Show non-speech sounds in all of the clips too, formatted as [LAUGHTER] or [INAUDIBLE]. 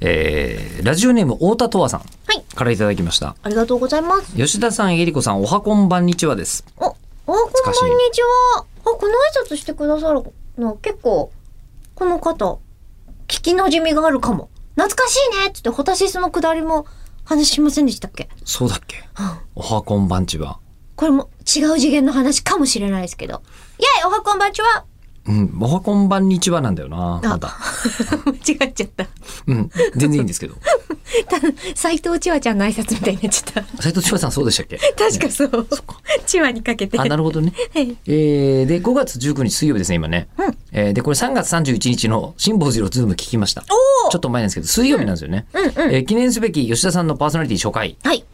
えーラジオネーム太田とわさんはいからいただきました。ありがとうございます。吉田さん、えりこさん、おはこんばんにちはです。お、お、こんかしいにちは。あ、この挨拶してくださるの、結構、この方、聞き馴染みがあるかも。懐かしいねっつって、ホタシスのくだりも話しませんでしたっけそうだっけはおはこんばんちは。これも違う次元の話かもしれないですけど。イェイおはこんばんちはうん、おはこんばんにちはなんだよな、まだ。間違っちゃった。うん、全然いいんですけ [LAUGHS] ど。ただ、斎藤千和ちゃんの挨拶みたいになっちゃった。斉藤千葉さんそうでしたっけ確かそう。千和にかけて。あ、なるほどね。はいえー、で、5月19日水曜日ですね、今ね。うんえーで、これ3月31日の辛坊治郎ズーム聞きました。ちおょっと前なんですけど、水曜日なんですよね。うんうん。えー記念すべき吉田さんのパーソナリティ初回。はい。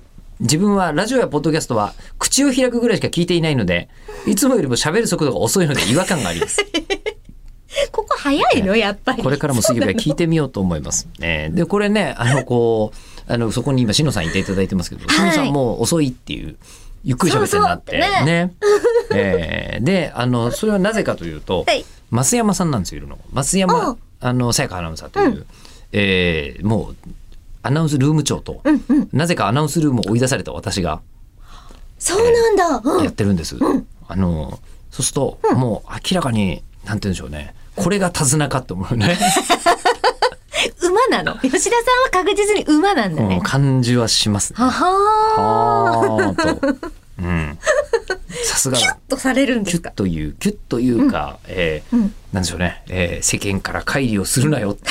自分はラジオやポッドキャストは口を開くぐらいしか聞いていないので、いつもよりも喋る速度が遅いので違和感があり [LAUGHS] ます。ここ早いのやっぱり。これからも水曜日は聞いてみようと思います。えーで、これね、あの、こう、あの、そこに今、しのさんいていただいてますけど、いしのさんもう遅いっていう、ゆっくり喋ってるなって。そうそう [LAUGHS] ね。えーで、あの、それはなぜかというと、はい増山さんなんですよ、いるの。増お山う、あの、さやかアナウンサーという、えーもう、アナウンスルーム長と、うんうん。なぜかアナウンスルームを追い出された私がそうなんだ。うんやっ。てるんです。あの、そうすると、もう明らかに、なんて言うんでしょうね。これが手綱かって思うね。馬なの吉田さんは確実に馬なんだうね。ん感じはしますね。ははー。はーと。うん。さすがだ。とされるんでキュすッか。という、キュッというか、えーうんなんでしょうね、えー世間から乖離をするなよっていう。[LAUGHS]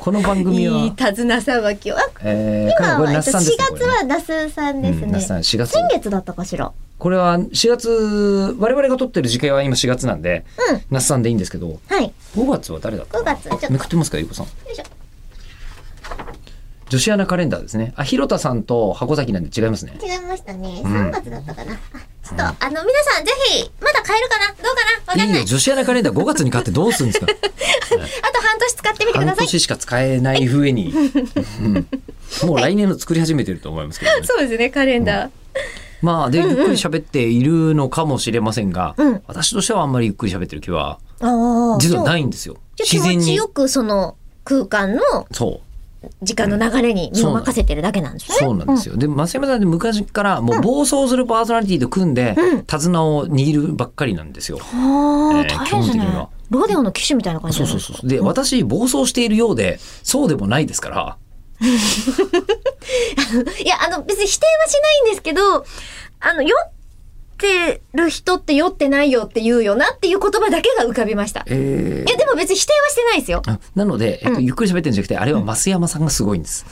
この番組いいは、手綱さばきを。あえー今これ那はえっ須とさん4です月ねこれねは那須さんですうん那須さんね。 4月先月だったかしら。これは4月、我々が撮ってる時間は今4月なんで、うん那須さんでいいんですけど、はい。よ5月は誰だったかな5月ちょっとめくってますか、ゆうこさん。いしょ。女子アナカレンダーですね。あ、広田さんと箱崎なんで違いますね。違いましたね。うん3月だったかな。あちょっと、あの、皆さんぜひ、まだ買えるかなどうかなわかいんいないよ、。女子アナカレンダー5月に買ってどうするん [LAUGHS] ですかあと半年使ってみてくだ半さい。年しか使えない上に、うんもう来年の作り始めてると思います [LAUGHS] けどね。そうですね、カレンダー。まあでゆっくり喋っているのかもしれませんが、うん私としてはあんまりゆっくり喋ってる気はああ。実はじゃあないんですよ。じゃ自あ気然持ちによ。くその空間のそう時間の流れに身を任せてるだけなんですね。そうなんですよ。で増山さんって昔からもう暴走するパーソナリティと組んで、うん手綱を握るばっかりなんですよ。はあ、えー大変で基す本的にはね。ロデオの騎士みたいな感じそうそうそう。で私暴走しているようでそうでもないですから。いや、あの、別に否定はしないんですけど、あの、酔ってる人って酔ってないよって言うよなっていう言葉だけが浮かびました。いえーや、でも別に否定はしてないですよ。あなので、えっと、うんゆっくり喋ってるんじゃなくて、あれは増山さんがすごいんです。